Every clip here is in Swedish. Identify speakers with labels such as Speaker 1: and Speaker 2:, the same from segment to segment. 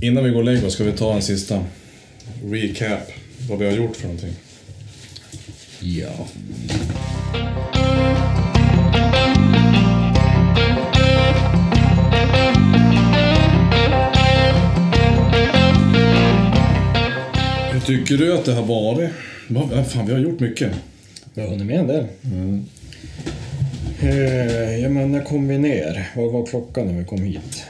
Speaker 1: Innan vi går och lägger oss ska vi ta en sista recap. Vad vi har gjort för någonting.
Speaker 2: Ja.
Speaker 1: Hur tycker du att det har varit? Vad- ja, Fan, vi har gjort mycket.
Speaker 3: Jag håller med en del. Eh, ja, men när kom vi ner? Vad var klockan när vi kom hit?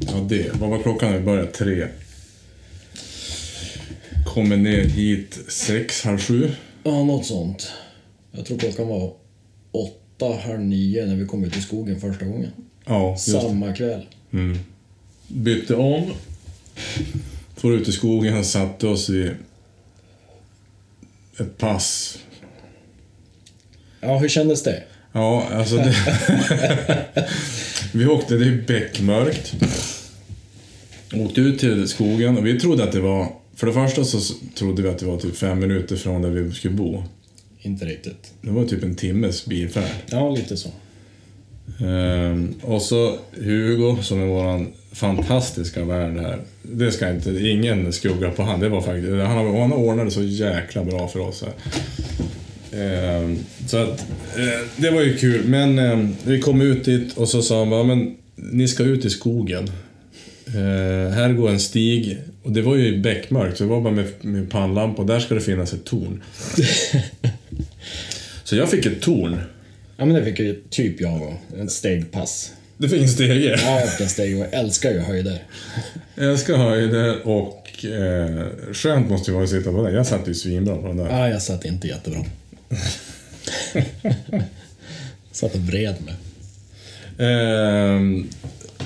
Speaker 1: Ja, det. Vad var klockan när vi började? Tre. Kommer ner hit sex, halv sju.
Speaker 3: Ja, något sånt. Jag tror klockan var åtta, halv nio när vi kom ut i skogen första gången.
Speaker 1: Ja, just det.
Speaker 3: Samma kväll.
Speaker 1: Bytte om. For ut i skogen och satte oss i ett pass.
Speaker 3: Ja, hur kändes det?
Speaker 1: Ja, alltså det... vi åkte, det är beckmörkt. Åkte ut till skogen och vi trodde att det var... För det första så trodde vi att det var typ fem minuter från där vi skulle bo.
Speaker 3: Inte riktigt.
Speaker 1: Det var typ en timmes bilfärd.
Speaker 3: Ja, lite så.
Speaker 1: Ehm, och så Hugo som är våran fantastiska värd här. Det ska inte, ingen skugga på han. Det var faktiskt, han, har, han ordnade så jäkla bra för oss här. Ehm, så att, eh, det var ju kul. Men ehm, vi kom ut dit och så sa han bara, men ni ska ut i skogen. Eh, här går en stig, och det var ju beckmörkt, så det var bara med, med pannlampa och där ska det finnas ett torn. så jag fick ett torn.
Speaker 3: Ja, men det fick ju typ jag och en stegpass.
Speaker 1: Det finns stege.
Speaker 3: Jag har haft en steg och jag älskar ju höjder.
Speaker 1: Jag ska ha i det och eh, skönt måste ju vara att sitta på den. Jag satt ju svinbra på den där.
Speaker 3: Ja, jag satt inte jättebra. satt och vred mig.
Speaker 1: Ehm,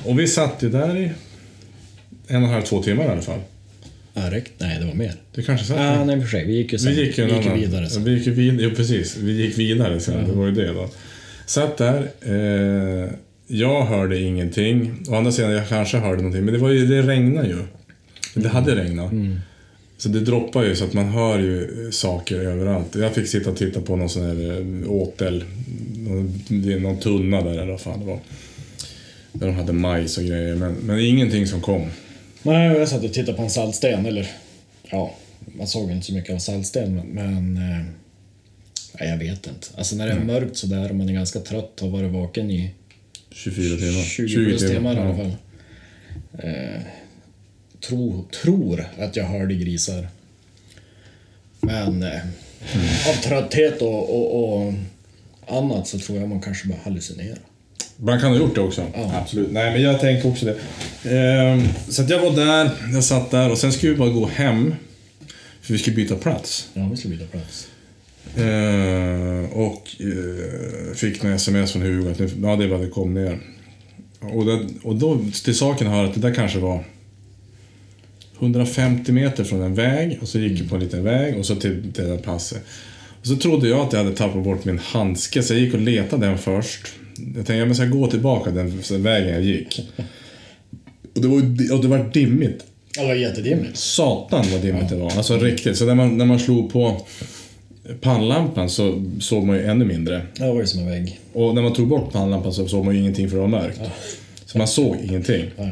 Speaker 1: och vi satt ju där i en och en halv, två timmar i alla fall.
Speaker 3: Ja, riktigt. Nej, det var mer.
Speaker 1: Det kanske satt.
Speaker 3: Ja, nej, i och för sig. Vi gick ju sen.
Speaker 1: Mm. vi gick ju en annan- Mm.
Speaker 3: vidare sen. Mm.
Speaker 1: Vi gick vidare, jo, precis. Vi gick vidare sen, det var ju det då. Satt där. Eh, jag hörde ingenting. Å andra sidan, jag kanske hörde någonting. Men det, var ju, det regnade ju. Det hade
Speaker 3: Mm.
Speaker 1: regnat. Så det droppar ju så att man hör ju saker överallt. Jag fick sitta och titta på någon sån här eh, åtel, någon, det är någon tunna där eller vad fan det var. Där de hade majs och grejer, men, men ingenting som kom.
Speaker 3: Nej, jag satt och tittade på en saltsten, eller... Ja, man såg inte så mycket av saltsten, men... men eh, nej, jag vet inte. Alltså när det
Speaker 1: Mm.
Speaker 3: är mörkt sådär och man är ganska trött och har varit vaken i
Speaker 1: 24 timmar. Mm.
Speaker 3: 20 plus timmar i
Speaker 1: ja.
Speaker 3: alla fall. Eh, tro, tror att jag hörde grisar. Men eh,
Speaker 1: Mm.
Speaker 3: av trötthet och, och, och annat så tror jag man kanske bara hallucinerar.
Speaker 1: Man kan ha gjort det också. Absolut. Nej, men jag tänker också det. Ehm, så att jag var där, jag satt där och sen skulle vi bara gå hem. För vi skulle byta plats.
Speaker 3: Ja, vi skulle byta plats.
Speaker 1: Ehm, och eh, fick en sms från Hugo att nu- ja, det var det kom ner. Och, det, och då till saken hör att det där kanske var 150 meter från en väg och så gick vi på en liten väg och så till till det där passet. Och så trodde jag att jag hade tappat bort min handske så jag gick och letade den först. Jag tänkte jag ska jag gå tillbaka den vägen jag gick. Och det var, ju- och det var dimmigt.
Speaker 3: Ja, det var jättedimmigt.
Speaker 1: Satan vad dimmigt det var. Alltså riktigt. Så när man, när man slog på pannlampan så såg man ju ännu mindre.
Speaker 3: Ja, Det var ju som en vägg.
Speaker 1: Och när man tog bort pannlampan så såg man ju ingenting för det var mörkt. Så man såg ingenting.
Speaker 3: Ja.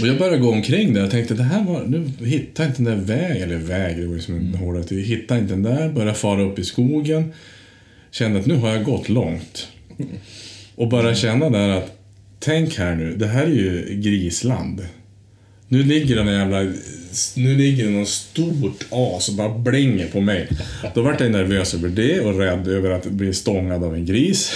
Speaker 1: Och jag började gå omkring där och tänkte det här var, nu hittar jag inte den där vägen, eller väg, det var ju som en hårdare tid. Hittar inte den där, började fara upp i skogen. Kände att nu har jag gått långt. Och bara känna där att, tänk här nu, det här är ju grisland. Nu ligger den jävla, nu ligger det någon stort as och bara blänger på mig. Då vart jag nervös över det och rädd över att bli stångad av en gris.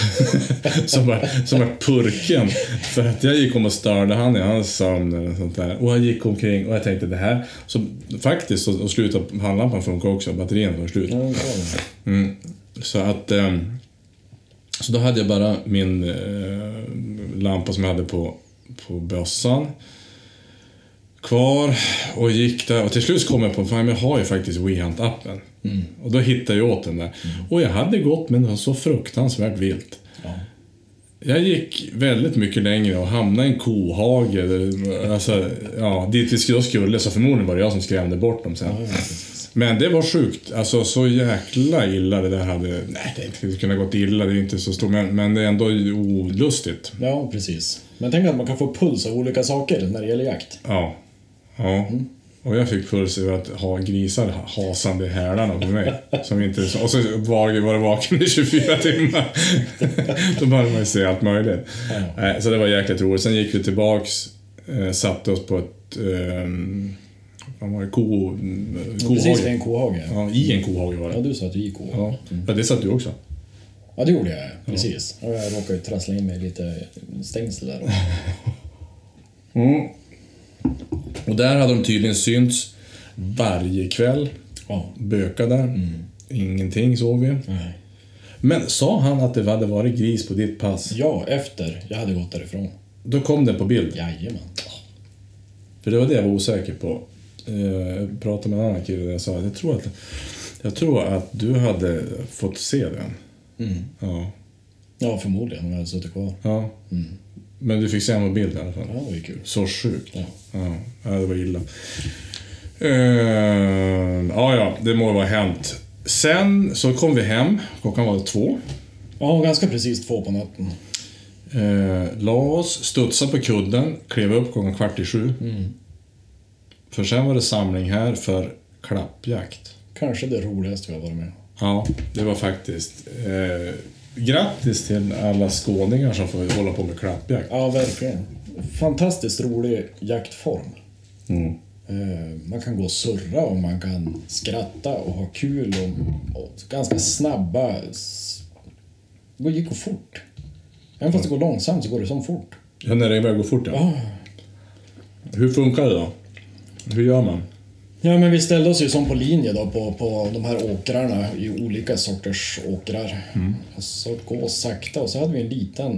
Speaker 1: som, var, som var purken. För att jag gick om och störde han i hans sömn eller sånt där. Och jag gick omkring och jag tänkte det här. Så faktiskt så, och slutade handlampan funka också, batterierna var slut.
Speaker 3: Ja, det var det.
Speaker 1: Så att... ehm, så då hade jag bara min eh, lampa som jag hade på, på bössan kvar och gick där och till slut så kom jag på att jag har ju faktiskt WeHunt-appen. Och då hittade jag åt den där. Och jag hade gått men det var så fruktansvärt vilt.
Speaker 3: Ja.
Speaker 1: Jag gick väldigt mycket längre och hamnade i en kohage. eller, Alltså, ja, dit vi skulle- då skulle, så förmodligen var det jag som skrämde bort dem sen.
Speaker 3: Ja, precis.
Speaker 1: Men det var sjukt. Alltså så jäkla illa det där hade... Nej, det hade inte kunnat gått illa. Det är inte så stort. Men, men det är ändå olustigt.
Speaker 3: Ja, precis. Men tänk att man kan få puls av olika saker när det gäller jakt.
Speaker 1: Ja. Ja.
Speaker 3: Mm.
Speaker 1: Och jag fick puls över att ha grisar hasande i hälarna på mig. Som inte, och så var jag var vaken i 24 timmar. Då började man ju se allt möjligt.
Speaker 3: Ja.
Speaker 1: Nej, Så det var jäkligt roligt. Sen gick vi tillbaks, eh, satte oss på ett... ehm, Vad var det? Ko...
Speaker 3: Precis vid
Speaker 1: Kohage.
Speaker 3: en kohage.
Speaker 1: Ja, I en kohage var
Speaker 3: Ja,
Speaker 1: det.
Speaker 3: du sa att du gick kohage.
Speaker 1: Ja. ja, det satt du också.
Speaker 3: Ja, det gjorde jag. Precis. Och jag råkade ju trassla in mig i lite stängsel där. också.
Speaker 1: Och där hade de tydligen synts varje kväll.
Speaker 3: Ja.
Speaker 1: Böka där.
Speaker 3: Mm.
Speaker 1: Ingenting såg vi.
Speaker 3: Nej.
Speaker 1: Men sa han att det hade varit gris på ditt pass?
Speaker 3: Ja, efter jag hade gått därifrån.
Speaker 1: Då kom den på bild.
Speaker 3: Jajamän.
Speaker 1: För det var det jag var osäker på. Eh, Jag pratade med en annan kille där jag sa att jag tror att, jag tror att du hade fått se den.
Speaker 3: Mm.
Speaker 1: Ja.
Speaker 3: Ja, förmodligen om jag hade suttit kvar.
Speaker 1: ja. Men du fick se en på bild i alla fall.
Speaker 3: Mm. Ja, det var ju kul.
Speaker 1: Så sjukt.
Speaker 3: Ja.
Speaker 1: Ja, ja, det var illa. Eh, ja, ja, det må vara hänt. Sen så kom vi hem, klockan var två.
Speaker 3: Ja, ganska precis två på natten.
Speaker 1: Eh, la oss, studsade på kudden, klev upp klockan kvart i sju. För sen var det samling här för klappjakt.
Speaker 3: Kanske det roligaste vi har varit med om.
Speaker 1: Ja, det var faktiskt. Eh, grattis till alla skåningar som får hålla på med klappjakt.
Speaker 3: Ja, verkligen. Fantastiskt rolig jaktform. Eh, Man kan gå och surra och man kan skratta och ha kul och, och ganska snabba... s- Det gick och fort. Även fast det går långsamt så går det som fort.
Speaker 1: Ja, när det iväg går fort ja.
Speaker 3: Ah.
Speaker 1: Hur funkar det då? Hur gör man?
Speaker 3: Ja, men vi ställde oss ju som på linje då på, på de här åkrarna, i olika sorters åkrar. Och så gå sakta och så hade vi en liten,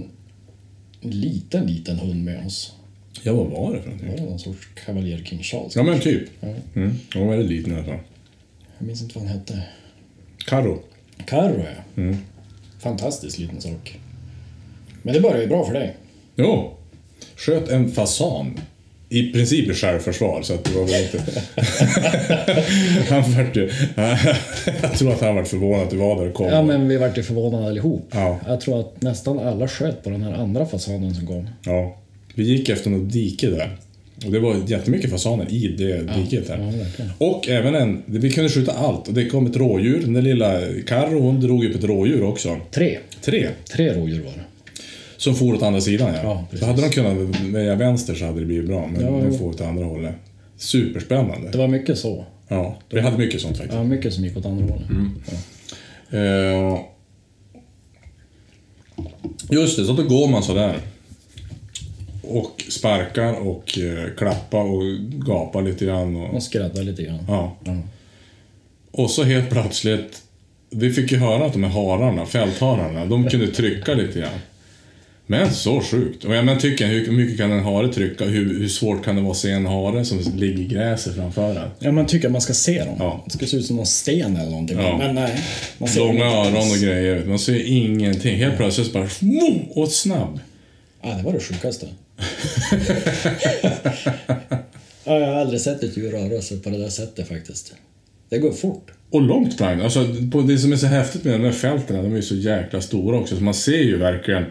Speaker 3: en liten, liten hund med oss.
Speaker 1: Ja, vad var det för någonting?
Speaker 3: Var det någon sorts kavaljer King Charles?
Speaker 1: Ja men typ.
Speaker 3: Ja.
Speaker 1: Mm. Hon var väldigt liten i alla fall.
Speaker 3: Jag minns inte vad han hette.
Speaker 1: Carro.
Speaker 3: Carro, ja. Fantastisk liten sak. Men det börjar ju bra för dig.
Speaker 1: Jo. Sköt en fasan. I princip i självförsvar så att det var väl inte... han vart ju... jag tror att han vart förvånad att du var där och kom.
Speaker 3: Ja, men vi vart ju förvånade allihop.
Speaker 1: Ja.
Speaker 3: Jag tror att nästan alla sköt på den här andra fasanen som kom.
Speaker 1: Ja. Vi gick efter något dike där. Och det var jättemycket fasaner i det diket där.
Speaker 3: ja, verkligen.
Speaker 1: och även en... Vi kunde skjuta allt och det kom ett rådjur. Den där lilla Carro hon drog upp ett rådjur också.
Speaker 3: Tre.
Speaker 1: Tre.
Speaker 3: Tre rådjur var det.
Speaker 1: Som for åt andra sidan
Speaker 3: Ja,
Speaker 1: ja. så
Speaker 3: precis.
Speaker 1: hade de kunnat välja vänster så hade det blivit bra. Men
Speaker 3: Ja,
Speaker 1: de
Speaker 3: jo.
Speaker 1: får åt andra hållet. Superspännande.
Speaker 3: Det var mycket så.
Speaker 1: Ja, vi hade mycket sånt faktiskt.
Speaker 3: Ja, mycket som gick åt andra hållet. Ja.
Speaker 1: Eh, just det, så då går man sådär. Och sparkar och eh, klappar och gapar lite grann. Och,
Speaker 3: Man skräddade lite grann.
Speaker 1: ja.
Speaker 3: Ja.
Speaker 1: och så helt plötsligt, vi fick ju höra att de här hararna, fälthararna, de kunde trycka lite grann. Men så sjukt. Och jag men tycker hur mycket kan en hare trycka? Hur, hur svårt kan det vara att se en hare som ligger i gräset framför en?
Speaker 3: Ja, man tycker att man ska se dem.
Speaker 1: Ja.
Speaker 3: Det ska se ut som någon sten eller någonting.
Speaker 1: Ja.
Speaker 3: Men nej. Man ser
Speaker 1: Långa
Speaker 3: dem inte
Speaker 1: öron och
Speaker 3: alls.
Speaker 1: grejer. Man ser ingenting. Helt plötsligt så bara boom, och snabb.
Speaker 3: Ja, det var det sjukaste. ja, jag har aldrig sett ett djur röra sig på det där sättet faktiskt. Det går fort.
Speaker 1: Och långt sprang alltså, på Det som är så häftigt med de här fälten, de är ju så jäkla stora också. Så man ser ju verkligen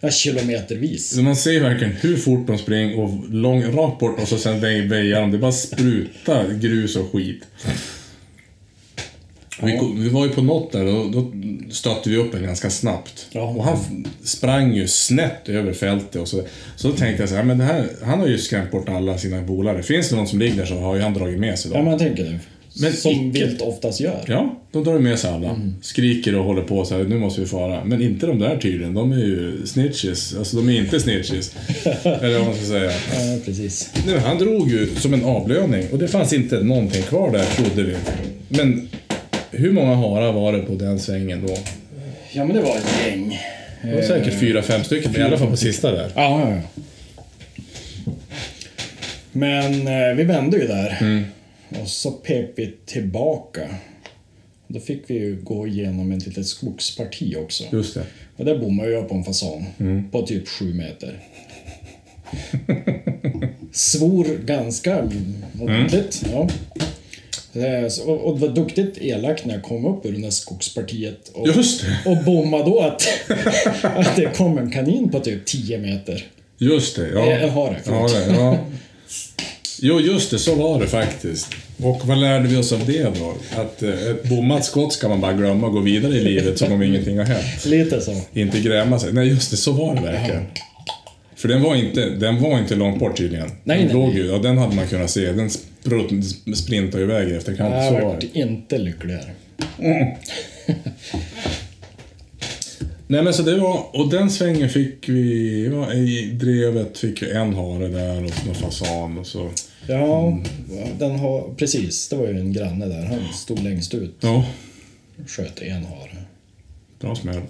Speaker 3: Ja, kilometervis.
Speaker 1: så man ser ju verkligen hur fort de springer och lång, rakt bort och så sen vej- väjar de. Det bara sprutar grus och skit. Vi, kom- vi var ju på något där och då stötte vi upp en ganska snabbt.
Speaker 3: Ja.
Speaker 1: Och han f- sprang ju snett över fältet. Och så, så tänkte jag så här, men det här, han har ju skrämt bort alla sina polare. Finns det någon som ligger där så har ju han dragit med sig dem.
Speaker 3: Ja, man tänker det.
Speaker 1: Men
Speaker 3: som
Speaker 1: icke.
Speaker 3: vilt oftast gör.
Speaker 1: Ja, de drar ju med sig alla.
Speaker 3: Mm.
Speaker 1: Skriker och håller på så här, nu måste vi fara. Men inte de där tydligen, de är ju snitches. Alltså de är inte snitches. Eller vad man ska säga.
Speaker 3: Ja, precis.
Speaker 1: Nu, han drog ju som en avlöning och det fanns inte någonting kvar där trodde vi. Men hur många harar var det på den svängen då?
Speaker 3: Ja, men det var ett gäng.
Speaker 1: Det var säkert fyra, fem stycken, i alla fall på sista där.
Speaker 3: Ja, ja, ja. Men eh, vi vände ju där.
Speaker 1: Mm.
Speaker 3: Och så pep vi tillbaka. Då fick vi ju gå igenom ett litet skogsparti också.
Speaker 1: Just det.
Speaker 3: Och där bommade jag på en fasan.
Speaker 1: Mm.
Speaker 3: På typ sju meter.
Speaker 1: Mm.
Speaker 3: Svor ganska ordentligt. Ja. Eh, så- Och, och det var duktigt elakt när jag kom upp ur det där skogspartiet och,
Speaker 1: Just det!
Speaker 3: och bommade då att, att det kom en kanin på typ 10 meter.
Speaker 1: Just det, ja.
Speaker 3: Jag- jag har det,
Speaker 1: ja,
Speaker 3: förlåt.
Speaker 1: det ja. Jo, just det, så var det faktiskt. Och vad lärde vi oss av det då? Att eh, ett bommat skott ska man bara glömma och gå vidare i livet som om ingenting har hänt.
Speaker 3: Lite så.
Speaker 1: Inte gräma sig. Nej, just det, så var det verkligen. För den var inte, den var inte långt bort tydligen.
Speaker 3: Nej,
Speaker 1: den
Speaker 3: nej,
Speaker 1: låg
Speaker 3: nej.
Speaker 1: ju, ja, den hade man kunnat se. Den sprut, sprintade ju iväg efter kanten,
Speaker 3: Jag
Speaker 1: så var det.
Speaker 3: vart inte lyckligare.
Speaker 1: Nej men så det var, och den svängen fick vi, ja, i drevet fick vi en hare där och någon fasan och så.
Speaker 3: Ja,
Speaker 1: Mm.
Speaker 3: den har, precis. Det var ju en granne där. Han stod längst ut
Speaker 1: Ja,
Speaker 3: och sköt en hare.
Speaker 1: bra smäll.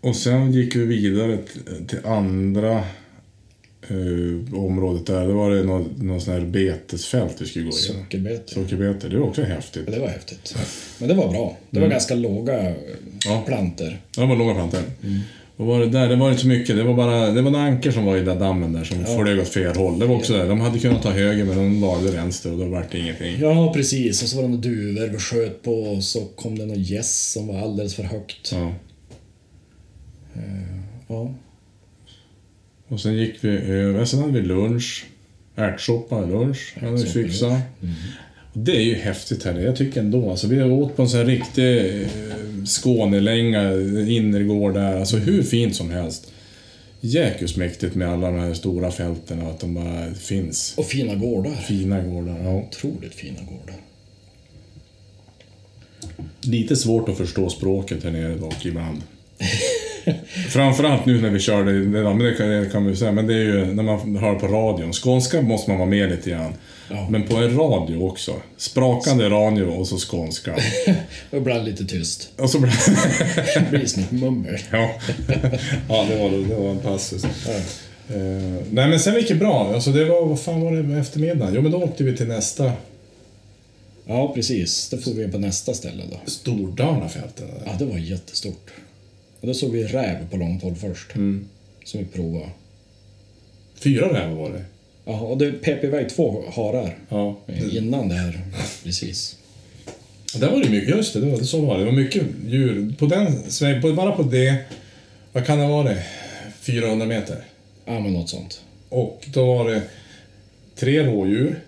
Speaker 1: Och sen gick vi vidare t- till andra eh, området där. Det var det någon, någon sån här betesfält vi skulle gå igenom.
Speaker 3: Sockerbete.
Speaker 1: Sockerbete, det var också häftigt.
Speaker 3: Ja, det var häftigt. Men det var bra. Det var ganska låga
Speaker 1: Ja.
Speaker 3: Mm. ja. planter.
Speaker 1: Ja, Det var långa plantor. Och var det där, det var inte så mycket. Det var bara det var en anker som var i den där dammen där som flög åt fel håll. Det var också där. De hade kunnat ta höger men de valde vänster och då vart det ingenting.
Speaker 3: Ja, precis. Och så var det några duvor vi sköt på och så kom det någon gäss som var alldeles för högt.
Speaker 1: Ja.
Speaker 3: Ja.
Speaker 1: Och sen gick vi över, sen hade vi lunch. Ärtsoppa, lunch hade vi
Speaker 3: Ärtsoppa,
Speaker 1: fixat. Och det är ju häftigt här, jag tycker ändå. Alltså, vi har åt på en sån här riktig eh, Skånelänga, innergård där. Alltså hur fint som helst. Jäkligt mäktigt med alla de här stora fälten och att de bara finns.
Speaker 3: Och fina gårdar.
Speaker 1: Fina gårdar. Ja.
Speaker 3: Otroligt fina gårdar.
Speaker 1: Lite svårt att förstå språket här nere dock ibland. Framförallt nu när vi körde, ja, men det kan, det kan vi säga, men det är ju när man hör på radion. Skånska måste man vara med lite grann.
Speaker 3: Ja.
Speaker 1: Men på en radio också. Sprakande radio och så skånska.
Speaker 3: Och ibland lite tyst.
Speaker 1: Och så blir
Speaker 3: Det blir snyggt mummel.
Speaker 1: ja. ja, det var, det var en passus. Eh, nej men sen gick det bra. Alltså det var, vad fan var det med eftermiddagen? Jo men då åkte vi till nästa
Speaker 3: Ja, precis. Då får vi in på nästa ställe då.
Speaker 1: Stordalafälten.
Speaker 3: Ja, det var jättestort. Och då såg vi räv på långt håll först. Som vi provade.
Speaker 1: Fyra rävar var det.
Speaker 3: Ja, och det pep iväg två harar
Speaker 1: Ja.
Speaker 3: eh, innan det här. Precis.
Speaker 1: Ja, Där var det mycket, just det, det var, så var det. Det var mycket djur. På den sväng, på, bara på det, vad kan det vara det? 400 meter.
Speaker 3: Ja, men något sånt.
Speaker 1: Och då var det tre rådjur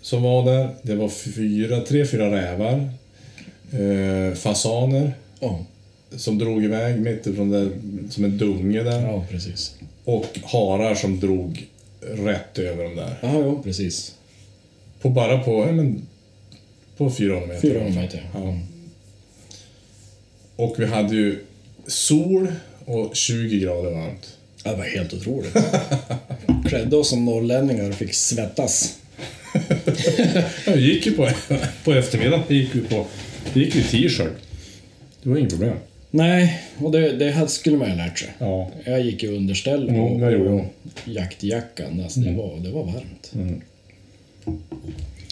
Speaker 1: som var där. Det var fyra, tre, fyra rävar. Eh, fasaner
Speaker 3: Ja,
Speaker 1: som drog iväg mitt ifrån där, som en dunge där.
Speaker 3: ja precis.
Speaker 1: Och harar som drog rätt över dem där.
Speaker 3: Ja, ja, precis.
Speaker 1: På bara på, ja, men, på 400 meter.
Speaker 3: 400 meter.
Speaker 1: Ja. Och vi hade ju sol och 20 grader varmt.
Speaker 3: Ja, det var helt otroligt. Klädde oss som norrlänningar och fick svettas.
Speaker 1: Ja, vi gick ju på, på eftermiddagen. Vi gick ju på vi gick ju i t-shirt. Det var inget problem.
Speaker 3: Nej, och det, det här skulle man ju ha lärt sig.
Speaker 1: Ja.
Speaker 3: Jag gick i underställ och,
Speaker 1: det gjorde jag.
Speaker 3: och jaktjackan. Alltså,
Speaker 1: Mm.
Speaker 3: det, var, det var varmt.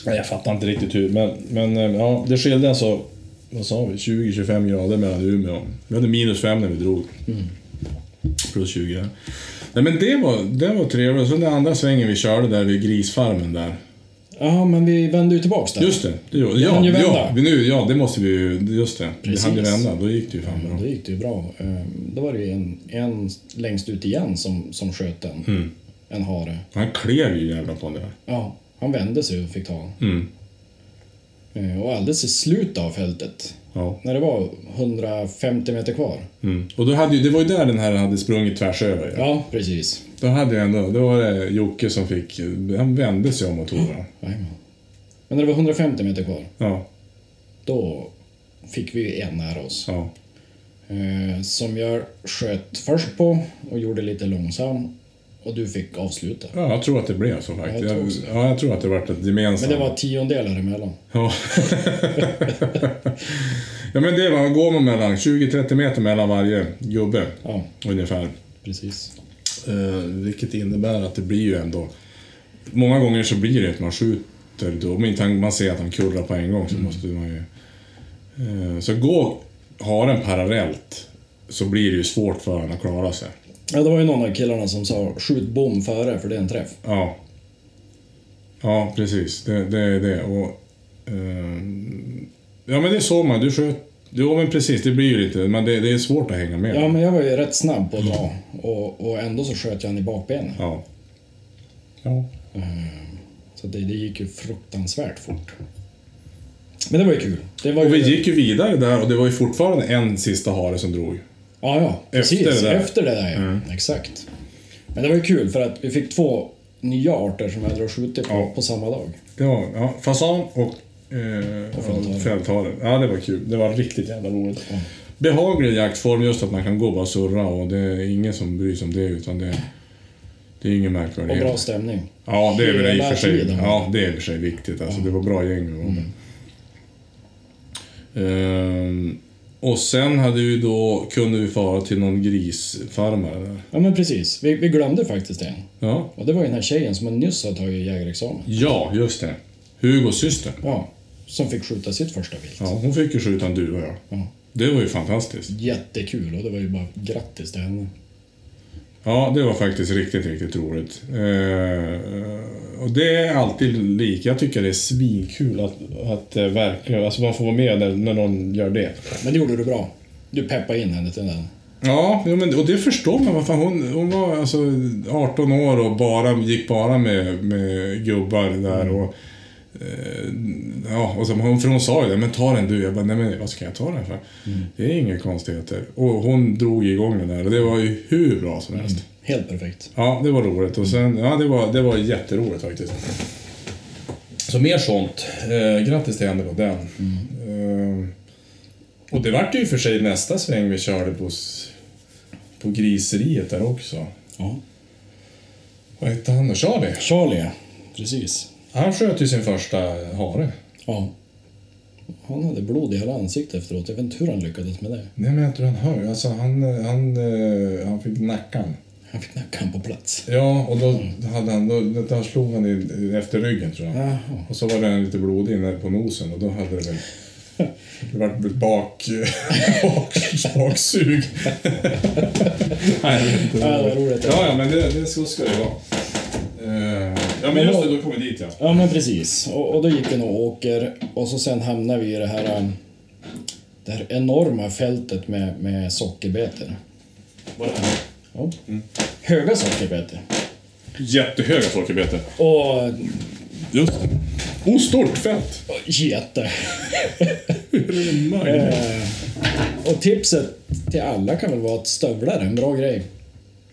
Speaker 1: Nej, Jag fattar inte riktigt hur, men, men eh, ja, det skilde alltså vad sa vi, 20-25 grader mellan Umeå. Vi hade minus 5 när vi drog. Plus 20. här. Nej men det var, det var trevligt. Sen den andra svängen vi körde där vid grisfarmen där.
Speaker 3: Ja, men vi vände ju tillbaks där.
Speaker 1: Just det, det gjorde- ja,
Speaker 3: hann ju
Speaker 1: ja,
Speaker 3: vända.
Speaker 1: vi nu, ja, det måste vi ju, just det. Vi hann ju
Speaker 3: Precis.
Speaker 1: vända, då gick det ju fan bra.
Speaker 3: Då gick det ju bra. Eh, Då var det ju en, en längst ut igen som, som sköt den.
Speaker 1: Mm.
Speaker 3: En hare.
Speaker 1: Han klev ju jävla på det här.
Speaker 3: Ja, han vände sig och fick tag.
Speaker 1: Mm.
Speaker 3: Eh, Och alldeles i slutet av fältet,
Speaker 1: Ja.
Speaker 3: när det var 150 meter kvar.
Speaker 1: Mm. Och då hade ju, det var ju där den här hade sprungit tvärs över. Ja.
Speaker 3: Ja, precis.
Speaker 1: Då hade jag ändå, då var det Jocke som fick, han vände sig om och tog den.
Speaker 3: Jajamän. Men när det var 150 meter kvar,
Speaker 1: Ja,
Speaker 3: då fick vi ju en nära oss.
Speaker 1: ja.
Speaker 3: Eh, som jag sköt först på och gjorde lite långsam. Och du fick avsluta.
Speaker 1: ja, jag tror att det blev så faktiskt.
Speaker 3: Jag tror
Speaker 1: Jag,
Speaker 3: också det.
Speaker 1: ja, jag tror att det vart ett
Speaker 3: Men
Speaker 1: gemensamt.
Speaker 3: det var tiondelar emellan.
Speaker 1: Ja. ja men det var, går man mellan 20-30 meter mellan varje gubbe
Speaker 3: Ja,
Speaker 1: ungefär.
Speaker 3: precis.
Speaker 1: Eh, vilket innebär att det blir ju ändå... Många gånger så blir det att man skjuter då. Om inte han, man ser att han kurrar på en gång så måste man ju... Eh, så gå haren parallellt så blir det ju svårt för honom att klara sig.
Speaker 3: Ja, det var ju någon av killarna som sa skjut bom före för det är en träff.
Speaker 1: Ja. Ja, precis. Det, det är det. Och, ehm, ja, men det såg man. Du sköt... Jo, men precis. Det blir ju lite... Men det, det är svårt att hänga med.
Speaker 3: Ja, men jag var ju rätt snabb på att dra och, och ändå så sköt jag han i bakbenen.
Speaker 1: Ja. Ja.
Speaker 3: Så det, det gick ju fruktansvärt fort. Men det var ju kul. Det var
Speaker 1: Och
Speaker 3: ju,
Speaker 1: vi gick ju vidare där och det var ju fortfarande en sista hare som drog.
Speaker 3: Ja, ja, precis.
Speaker 1: Efter
Speaker 3: Efter
Speaker 1: det
Speaker 3: det
Speaker 1: där. Mm.
Speaker 3: där, ja. Exakt. Men det var ju kul för att vi fick två nya arter som jag hade skjutit på,
Speaker 1: Ja.
Speaker 3: på samma dag.
Speaker 1: Det var ja, fasan och, eh,
Speaker 3: fälthare.
Speaker 1: och fälthare. Ja, det var kul. Det var riktigt jävla roligt. Behaglig jaktform, just att man kan gå och bara surra och det är ingen som bryr sig om det utan det, det är ingen
Speaker 3: Och bra
Speaker 1: märkvärdighet.
Speaker 3: stämning.
Speaker 1: Ja, det är väl i och
Speaker 3: hela
Speaker 1: för sig,
Speaker 3: tiden. Mm.
Speaker 1: ja, det är i och för sig viktigt. Alltså, det var bra gäng. vi var med. Ehm, och sen hade vi då, kunde vi fara till någon grisfarmare där.
Speaker 3: Ja, men precis. Vi, vi glömde faktiskt en.
Speaker 1: Ja,
Speaker 3: Och det var ju den här tjejen som nyss har tagit jägarexamen.
Speaker 1: ja just det. Hugos syster.
Speaker 3: Ja, som fick skjuta sitt första vilt.
Speaker 1: Ja, hon fick ju skjuta en duva, ja.
Speaker 3: Ja.
Speaker 1: Det var ju fantastiskt.
Speaker 3: Jättekul och det var ju bara grattis till henne.
Speaker 1: Ja, det var faktiskt riktigt, riktigt roligt. Eh, och det är alltid lika. Jag tycker det är svinkul att, att eh, verkligen, alltså man får vara med när, när någon gör det.
Speaker 3: Men det gjorde du bra. Du peppade in henne till den.
Speaker 1: Ja, jo, men, och det förstår man. Vad fan, hon, hon var alltså 18 år och bara, gick bara med, med gubbar där. Och, eh, ja, och så, hon, för hon sa ju det, men ta den du. Jag bara, nej men vad ska jag ta den för? Det är inga konstigheter. Och hon drog igång den där och det var ju hur bra som helst.
Speaker 3: Helt perfekt.
Speaker 1: Ja, det var roligt. Och sen, ja, det var, det var jätteroligt faktiskt. Så mer sånt. Eh, grattis till henne på den. Eh, och det vart ju i och för sig nästa sväng vi körde på, s- på griseriet där också.
Speaker 3: Ja.
Speaker 1: Vad hette han då? Charlie?
Speaker 3: Charlie, ja. precis.
Speaker 1: Han sköt ju sin första hare.
Speaker 3: Ja. Han hade blod i hela ansiktet efteråt. Jag vet inte hur han lyckades med det.
Speaker 1: Nej men jag tror han hör. Alltså han, eh, han, eh, han fick nackan.
Speaker 3: Han fick nackan på plats.
Speaker 1: Ja, och då, hade han, då, då slog han i, efter ryggen tror jag.
Speaker 3: Jaha.
Speaker 1: Och så var den lite blodig inne på nosen och då hade det väl det vart ett bak, bak, baksug. Nej, jag vet inte.
Speaker 3: Ja, det var roligt.
Speaker 1: Ja, ja, men det, det, så ska det vara. Eh, ja, men just det, då kommer vi dit ja.
Speaker 3: Ja men precis. Och, och då gick vi nog och åker och så sen hamnade vi i det här, um, det här enorma fältet med, med sockerbetor. Ja. Höga sockerbetor.
Speaker 1: Jättehöga sockerbetor.
Speaker 3: Och och
Speaker 1: Just det. Oh, stort fett!
Speaker 3: getter.
Speaker 1: Maj.
Speaker 3: Eh, och tipset till alla kan väl vara att stövlar är en bra grej.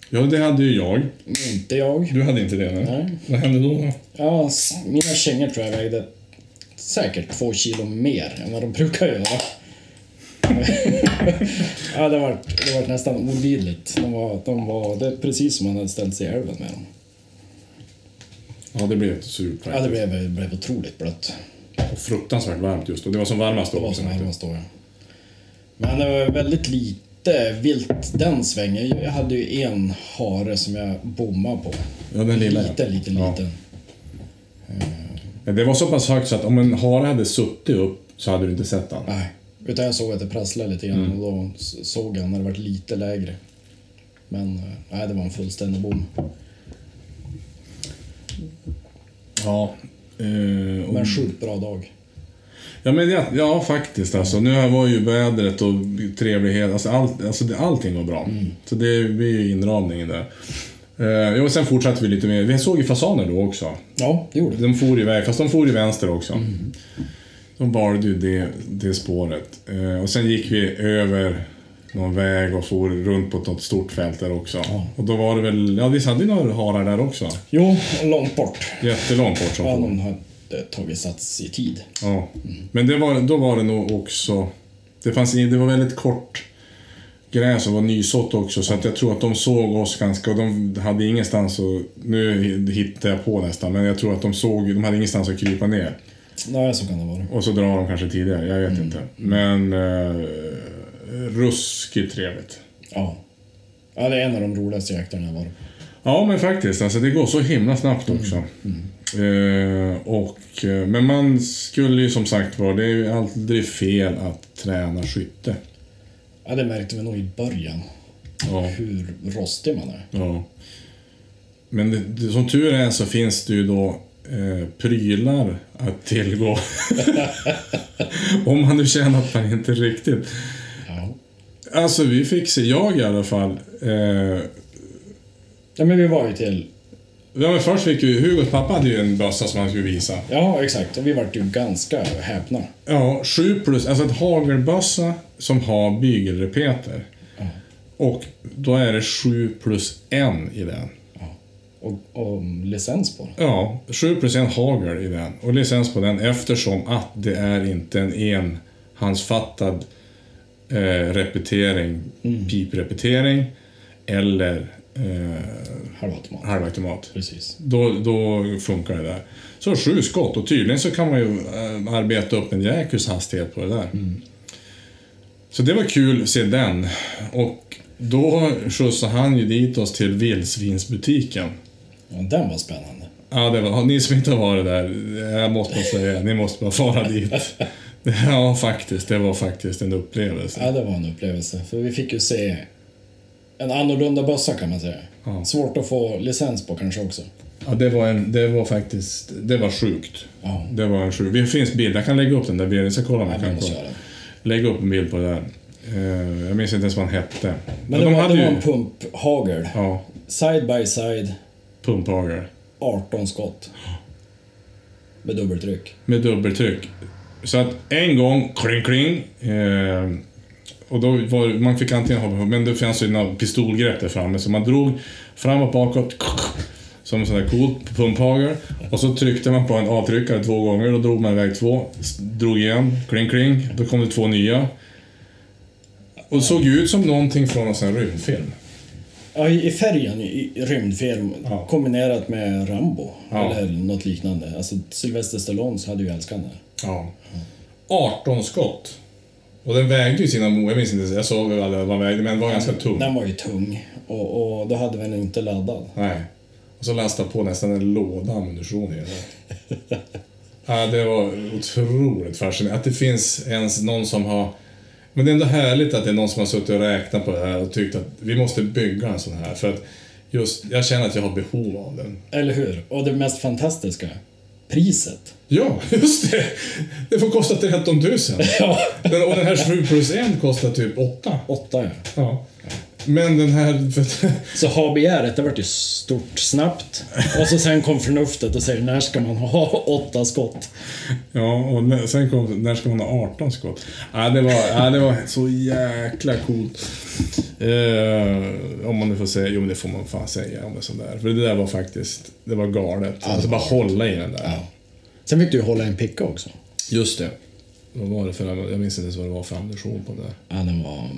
Speaker 1: Ja, det hade ju jag.
Speaker 3: Inte jag.
Speaker 1: Du hade inte det? Nej.
Speaker 3: Nej.
Speaker 1: Vad hände då? då?
Speaker 3: Ja, s- mina kängor tror jag vägde säkert två kilo mer än vad de brukar göra. ja, det var, det var nästan olidligt. De var, de var, det är precis som man hade ställt sig i älven med dem.
Speaker 1: Ja, det blev surt
Speaker 3: Ja, det
Speaker 1: faktiskt.
Speaker 3: blev, det blev otroligt blött.
Speaker 1: Och fruktansvärt varmt just då. Det var som varmast liksom. då.
Speaker 3: Det var som
Speaker 1: också.
Speaker 3: hemma står jag. Men det var väldigt lite vilt den svängen. Jag hade ju en hare som jag bommade på.
Speaker 1: Ja, den lilla
Speaker 3: Lite, lite,
Speaker 1: ja.
Speaker 3: liten.
Speaker 1: Ja. Det var så pass högt så att om en hare hade suttit upp så hade du inte sett den.
Speaker 3: Nej, utan jag såg att det prasslade lite grann och då s- såg jag när det var lite lägre. Men eh, nej, det var en fullständig bom.
Speaker 1: Ja. Eh, och,
Speaker 3: Men sjukt bra dag.
Speaker 1: ja, men ja, ja, faktiskt alltså. Nu var ju vädret och trevlighet, alltså, all, alltså det, allting var bra. Så det blir ju inramningen där. Eh, ja, och sen fortsatte vi lite mer. Vi såg ju fasaner då också.
Speaker 3: Ja, det gjorde det.
Speaker 1: De for iväg, fast de for i vänster också. De valde ju det, det spåret. Eh, och sen gick vi över någon väg och for runt på ett något stort fält där också. Och då var det väl, ja vi hade ju några harar där också.
Speaker 3: Jo, långt bort.
Speaker 1: Jättelångt bort som
Speaker 3: Ja,
Speaker 1: for.
Speaker 3: de hade tagit sats i tid.
Speaker 1: Ja. Men det var, då var det nog också, det, fanns, in- det var väldigt kort gräs och var nysått också så att jag tror att de såg oss ganska och de hade ingenstans att, nu hittar jag på nästan, men jag tror att de såg, de hade ingenstans att krypa ner.
Speaker 3: Nej, så kan det vara.
Speaker 1: Och så drar de kanske tidigare, jag vet inte. Men eh, ruskigt trevligt.
Speaker 3: Ja. ja, det är en av de roligaste jakterna jag varit på.
Speaker 1: Ja, men faktiskt. Alltså, det går så himla snabbt också. Eh, och, eh, men man skulle ju som sagt vara, det är ju aldrig fel att träna skytte.
Speaker 3: Ja, det märkte vi nog i början.
Speaker 1: Ja.
Speaker 3: Hur rostig man är.
Speaker 1: ja. Men det, det, som tur är så finns det ju då eh, prylar att tillgå. Om man nu känner att man inte riktigt...
Speaker 3: Ja.
Speaker 1: Alltså vi fick se, jag i alla fall. Eh,
Speaker 3: ja, men vi var ju till...
Speaker 1: ja, men först fick ju, Hugos pappa hade ju en bössa som han skulle visa.
Speaker 3: Ja, exakt. Och vi vart ju ganska häpna.
Speaker 1: Ja, 7 plus, alltså ett hagelbössa som har bygelrepeter.
Speaker 3: Ja.
Speaker 1: Och då är det 7 plus 1 i den.
Speaker 3: Och, och mm, licens på det.
Speaker 1: Ja, 7% hagel i den och licens på den eftersom att det är inte en enhandsfattad eh, repetering, piprepetering eller eh,
Speaker 3: Halvautomat.
Speaker 1: halvautomat.
Speaker 3: Precis.
Speaker 1: Då, då funkar det där. Så sju skott och tydligen så kan man ju eh, arbeta upp en jäkels hastighet på det där. Så det var kul att se den. Och då skjutsade han ju dit oss till vildsvinsbutiken.
Speaker 3: Ja, den var spännande.
Speaker 1: Ja, det var, ni som inte har varit där, jag måste bara säga, ni måste bara fara dit. Ja, faktiskt. Det var faktiskt en upplevelse.
Speaker 3: Ja, det var en upplevelse. För vi fick ju se en annorlunda bössa kan man säga.
Speaker 1: Ja.
Speaker 3: Svårt att få licens på kanske också.
Speaker 1: Ja, det var, en, det var faktiskt, det var sjukt.
Speaker 3: Ja,
Speaker 1: Det var en sjuk, det finns bild, jag kan lägga upp den där bilden, jag ska kolla om
Speaker 3: ja
Speaker 1: jag
Speaker 3: vi
Speaker 1: kan
Speaker 3: måste
Speaker 1: kolla.
Speaker 3: göra det.
Speaker 1: Lägga upp en bild på det där. Eh, Jag minns inte ens vad han hette.
Speaker 3: Men det, var, det var en pumphagel.
Speaker 1: Ja,
Speaker 3: Side by side,
Speaker 1: pumphagel.
Speaker 3: 18 skott. Med dubbeltryck.
Speaker 1: Med dubbeltryck. Så att en gång, kling kling. Eh, och då var, man fick antingen hoppa men det fanns ju några pistolgrepp där framme. Så man drog fram och bakåt. Som en sån där cool pumphagel. Och så tryckte man på en avtryckare två gånger. Då drog man iväg två. s- Drog igen, kling kling. Då kom det två nya. Och det såg ju ut som någonting från en sån här rymdfilm.
Speaker 3: Ja, i i färgen i i rymdfilm
Speaker 1: Ja.
Speaker 3: kombinerat med Rambo
Speaker 1: Ja.
Speaker 3: eller något liknande. Alltså Sylvester Stallone så hade ju älskat den här.
Speaker 1: Ja. 18 skott. Och den vägde ju sina... mo- Jag minns inte, jag såg väl aldrig vad den vägde, men den var ganska tung.
Speaker 3: Den var ju tung och, och då hade vi den inte laddad.
Speaker 1: Nej. Och så lastade på nästan en låda ammunition i det. ja, det var otroligt fascinerande. Att det finns ens någon som har... Men det är ändå härligt att det är någon som har suttit och räknat på det här och tyckt att vi måste bygga en sån här. För att just, jag känner att jag har behov av den.
Speaker 3: Eller hur? Och det mest fantastiska, priset.
Speaker 1: Ja, just det! Det får kosta 13 000.
Speaker 3: Ja.
Speaker 1: Den, och den här 7 plus 1 kostar typ 8.
Speaker 3: Åtta ja.
Speaker 1: Ja. Men den här... För,
Speaker 3: Så ha begäret, det vart ju stort snabbt. Och så sen kom förnuftet och säger när ska man ha åtta skott?
Speaker 1: Ja, och nä- sen kom när ska man ha 18 skott? Ja, det var, ja, det var så jäkla coolt. Eh, om man nu får säga, jo men det får man fan säga om det sådär. För det där var faktiskt, det var galet. alltså bara hålla i den där.
Speaker 3: Sen fick du ju hålla en picka också.
Speaker 1: Just det. Vad var det för, jag minns inte ens vad det var för ammunition på den där.
Speaker 3: Ja, den var...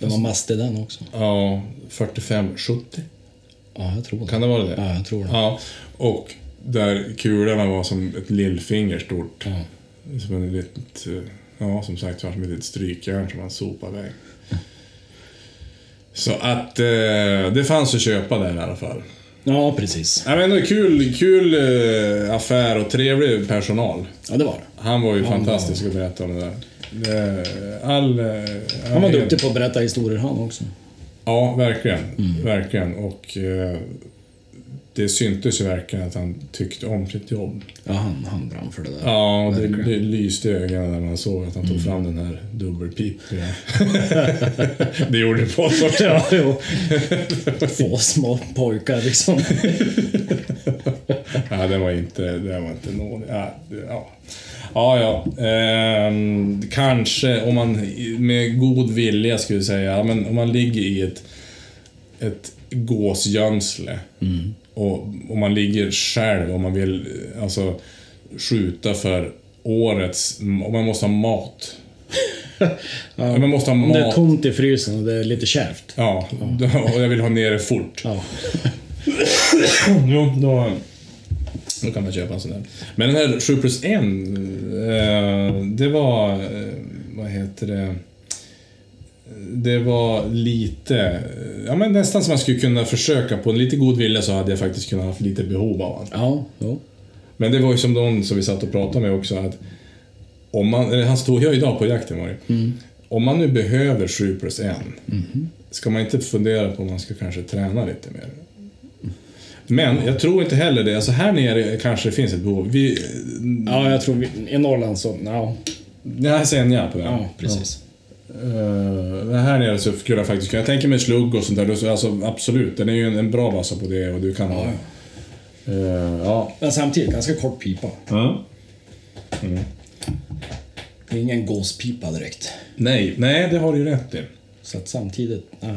Speaker 3: Den var mastig den också.
Speaker 1: Ja, 45-70.
Speaker 3: Ja, jag tror det.
Speaker 1: Kan det vara det?
Speaker 3: Ja, jag tror det.
Speaker 1: Ja, och där kulorna var som ett lillfinger stort.
Speaker 3: Ja.
Speaker 1: Som en litet, eh, ja som sagt var som ett litet strykjärn som man sopar iväg. Så att eh, det fanns att köpa där i alla fall.
Speaker 3: Ja, precis.
Speaker 1: Ja, men det var kul, kul eh, affär och trevlig personal.
Speaker 3: Ja, det var det.
Speaker 1: Han var ju fantastisk att berätta om det där. Eh, All, eh,
Speaker 3: Han var
Speaker 1: all-
Speaker 3: duktig på att berätta historier han också.
Speaker 1: Ja, verkligen.
Speaker 3: Mm.
Speaker 1: Verkligen. Och eh, det syntes ju verkligen att han tyckte om sitt jobb.
Speaker 3: Ja, han, han brann för det där.
Speaker 1: Ja, och det, det lyste i ögonen när man såg att han tog fram den här dubbelpipen. det gjorde det på oss också.
Speaker 3: Ja, jo. Två små pojkar liksom.
Speaker 1: Ja, den var inte, den var inte nådig. Ja, det- ja. ja, ja. Ehm, kanske om man i- med god vilja skulle säga, ja, men om man ligger i ett, ett gåsgömsle
Speaker 3: Mm.
Speaker 1: och om man ligger själv och man vill eh, alltså, skjuta för årets, om man måste ha mat. ja, man måste ha
Speaker 3: Om det är
Speaker 1: mat.
Speaker 3: tomt i frysen och det är lite kärvt.
Speaker 1: Ja, och jag vill ha ner det fort.
Speaker 3: Ja.
Speaker 1: Jo, då, då kan man köpa en sån där. Men den här 7 plus 1, eh, det var, eh, vad heter det, det var lite, eh, ja men nästan som man skulle kunna försöka på lite god vilja så hade jag faktiskt kunnat haft lite behov av honom.
Speaker 3: Ja, jo.
Speaker 1: Men det var ju som någon som vi satt och pratade med också att om man, eller han stod ju idag på jakten var det. Om man nu behöver 7 Mm-hmm. plus 1, ska man inte fundera på om man ska kanske träna lite mer? Men jag tror inte heller det. Alltså här nere kanske det finns ett behov. Vi,
Speaker 3: Ja, jag tror vi, i Norrland så... Ja,
Speaker 1: nej, Senja på det.
Speaker 3: ja precis.
Speaker 1: Eh, här nere så skulle jag faktiskt kunna tänka mig slugg och sånt där. Då- Alltså, absolut, den är ju en, en bra vassa på det och du kan ha... Eh, ja.
Speaker 3: Men samtidigt, ganska kort pipa.
Speaker 1: Ja.
Speaker 3: Det är ingen gåspipa direkt.
Speaker 1: Nej, nej, det har du ju rätt i.
Speaker 3: Så att samtidigt, nej.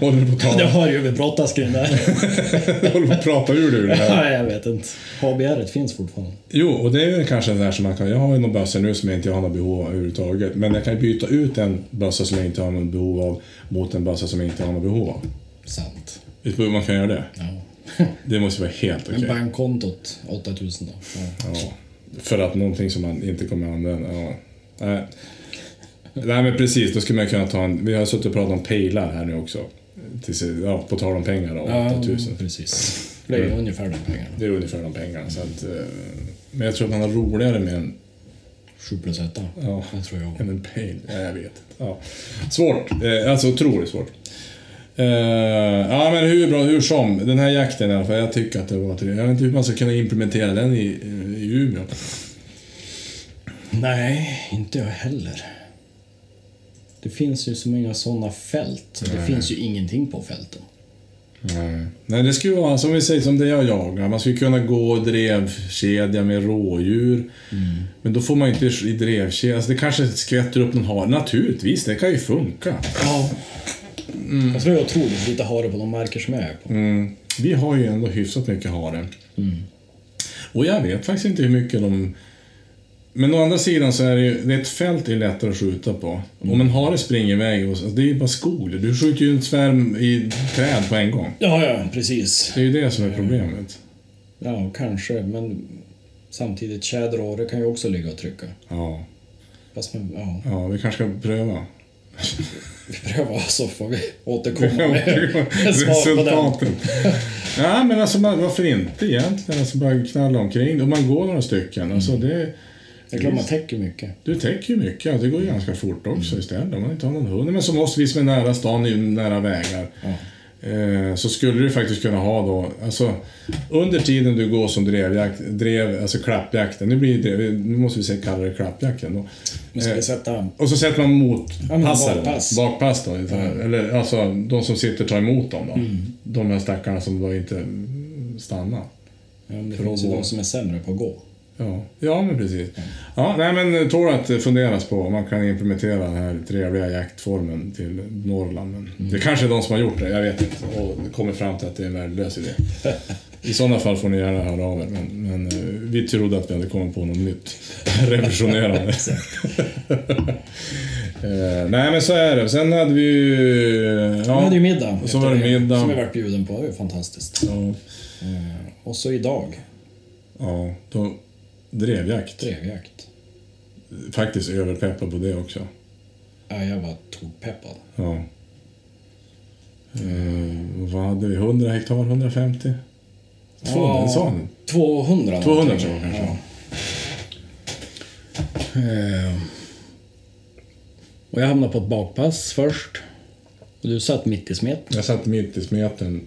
Speaker 1: Håller du på att
Speaker 3: Det
Speaker 1: ta-
Speaker 3: har ju vi brottats kring där.
Speaker 1: håller du på att prata ur dig ur det här?
Speaker 3: Nej, jag vet inte. HBR finns fortfarande.
Speaker 1: Jo, och det är ju kanske en där som man kan... Jag har ju någon bössa nu som jag inte har något behov av överhuvudtaget. Men jag kan ju byta ut en bössa som jag inte har något behov av mot en bössa som jag inte har något behov av.
Speaker 3: Sant.
Speaker 1: Vet du hur man kan göra det?
Speaker 3: Ja.
Speaker 1: Det måste vara helt okej.
Speaker 3: Men bankkontot, 8000 då. Ja.
Speaker 1: Ja, för att någonting som man inte kommer att använda. Ja. Nej. Nej men precis, då skulle man kunna ta en... Vi har suttit och pratat om pejlar här nu också. Tills, ja, på tal om pengar då, 8000.
Speaker 3: precis. Det är ju ungefär de pengarna.
Speaker 1: Det är ungefär de pengarna. Så att, eh, men jag tror att man har roligare med en...
Speaker 3: 7 plus 1.
Speaker 1: Ja,
Speaker 3: Det tror jag.
Speaker 1: än en pejl. Nej, jag vet inte. Ja. Svårt. Eh, alltså otroligt svårt. Eh, ja men hur bra, hur som. Den här jakten i alla fall. Jag tycker att det var... Jag vet inte hur man ska kunna implementera den i, i Umeå.
Speaker 3: Nej, inte jag heller. Det finns ju så många sådana fält. Det finns ju ingenting på fälten.
Speaker 1: Nej. Nej, det skulle vara som vi säger, som det jag jagar. Man skulle kunna gå drevkedja med rådjur. Men då får man inte i drevkedja. Alltså, det kanske skvätter upp någon har. Naturligtvis, det kan ju funka.
Speaker 3: Ja. Jag tror jag har otroligt lite hare på de marker som jag är på.
Speaker 1: Mm. Vi har ju ändå hyfsat mycket hare.
Speaker 3: Mm.
Speaker 1: Och jag vet faktiskt inte hur mycket de... Men å andra sidan så är det ju, det är ett fält det är lättare att skjuta på.
Speaker 3: Mm.
Speaker 1: Om en hare springer iväg, och, alltså, det är ju bara skog. Du skjuter ju en svärm i träd på en gång.
Speaker 3: Ja, ja, precis.
Speaker 1: Det är ju det som är problemet.
Speaker 3: Ja, kanske, men samtidigt tjäder och hare kan ju också ligga och trycka.
Speaker 1: Ja,
Speaker 3: Fast men, ja,
Speaker 1: ja vi kanske ska pröva.
Speaker 3: vi prövar så får vi återkomma med ett svar på den.
Speaker 1: Resultaten. Ja, men alltså man, varför inte egentligen? Alltså bara knalla omkring. Och man går några stycken. Alltså
Speaker 3: Mm.
Speaker 1: det,
Speaker 3: Det är klart man täcker mycket.
Speaker 1: du täcker ju mycket. Ja, Det går ju ganska fort också istället. Om man inte har någon hund. Men som oss, vi som är nära stan, är ju nära vägar.
Speaker 3: Ja.
Speaker 1: Eh, så skulle du faktiskt kunna ha då, alltså under tiden du går som drevjakt, drev, alltså klappjakten, nu, blir det, nu måste vi säga kalla det klappjakten då.
Speaker 3: Nu ska
Speaker 1: Eh,
Speaker 3: vi sätta...
Speaker 1: Och så sätter man mot
Speaker 3: Ja, men
Speaker 1: passare,
Speaker 3: bakpass.
Speaker 1: bakpass då. Eller alltså de som sitter och tar emot dem då.
Speaker 3: Mm.
Speaker 1: De här stackarna som då inte stannar.
Speaker 3: Ja, men det
Speaker 1: för att
Speaker 3: finns ju
Speaker 1: gå.
Speaker 3: de som är sämre på att gå.
Speaker 1: Ja, ja men precis. Ja, nej men eh, tål att funderas på om man kan implementera den här trevliga jaktformen till Norrland. Men Det kanske är de som har gjort det, jag vet inte. Och kommit fram till att det är en värdelös idé. I sådana fall får ni gärna höra av er. Men, men eh, vi trodde att vi hade kommit på något nytt revolutionerande. Eh, nej men så är det. Sen hade vi ju... eh,
Speaker 3: Ja. Vi
Speaker 1: Ja,
Speaker 3: hade ju middag.
Speaker 1: så var det
Speaker 3: efter
Speaker 1: middag.
Speaker 3: Som vi varit bjuden på. Det var ju fantastiskt.
Speaker 1: ja,
Speaker 3: Och så idag,
Speaker 1: ja, då drevjakt.
Speaker 3: drevjakt.
Speaker 1: Faktiskt överpeppad på det också.
Speaker 3: Ja, jag var tokpeppad.
Speaker 1: Ja. Eh, vad hade vi? 100 hektar? 150? 200?
Speaker 3: Ja.
Speaker 1: En sån?
Speaker 3: 200
Speaker 1: 200
Speaker 3: någonting.
Speaker 1: tror jag kanske.
Speaker 3: Ja. Ehm. Och jag hamnade på ett bakpass först. Och du satt mitt i smet.
Speaker 1: Jag satt mitt i smeten.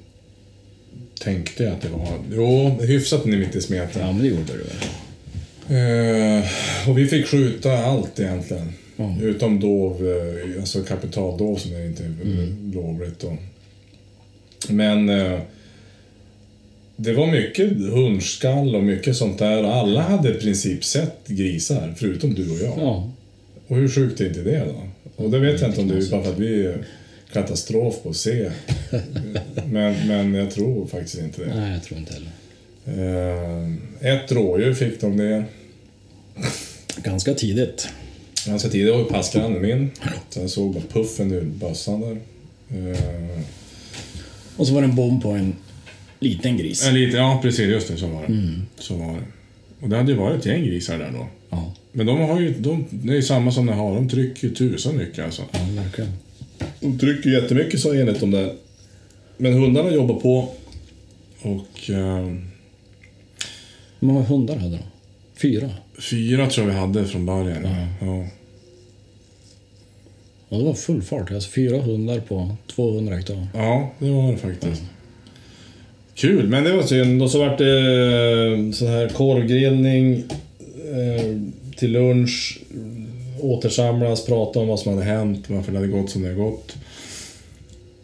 Speaker 1: Tänkte jag att det var... Jo, hyfsat ni mitt i smeten.
Speaker 3: Ja, men det gjorde du väl?
Speaker 1: Eh, och vi fick skjuta allt egentligen.
Speaker 3: Ja.
Speaker 1: Utom dov, eh, alltså kapitaldov som är inte mm. lovligt. Då. Men eh, det var mycket hundskall och mycket sånt där. Och Alla hade i princip sett grisar, förutom du och jag.
Speaker 3: Ja.
Speaker 1: Och hur sjukt är inte det då? Och det vet jag inte om det är bara för att vi är katastrof på att se. Men, men jag tror faktiskt inte det.
Speaker 3: Nej, jag tror inte heller.
Speaker 1: Eh, ett rådjur fick de ner.
Speaker 3: Ganska tidigt.
Speaker 1: Ganska tidigt, det var ju passgrannen min. Så jag såg bara puffen ur bössan där. Eh,
Speaker 3: Och så var det en bomb på en liten gris.
Speaker 1: ja, Eh, lite, ja, precis. Just det, så var det. Så var det. Och det hade ju varit ett gäng grisar där då.
Speaker 3: Ja,
Speaker 1: Men de har ju, de, det är ju samma som de har, de trycker ju tusen mycket alltså.
Speaker 3: ja verkligen.
Speaker 1: De trycker jättemycket så enligt de där. Men hundarna jobbar på. Och eh,
Speaker 3: Hur många hundar hade de? Fyra?
Speaker 1: fyra tror jag vi hade från början. Ja.
Speaker 3: Ja, det var full fart. Alltså fyra hundar på 200 hektar.
Speaker 1: ja, det var det faktiskt. Kul, men det var synd. Och så vart det sån här korvgrillning eh, till lunch. Återsamlas, prata om vad som hade hänt, varför det hade gått som det hade gått.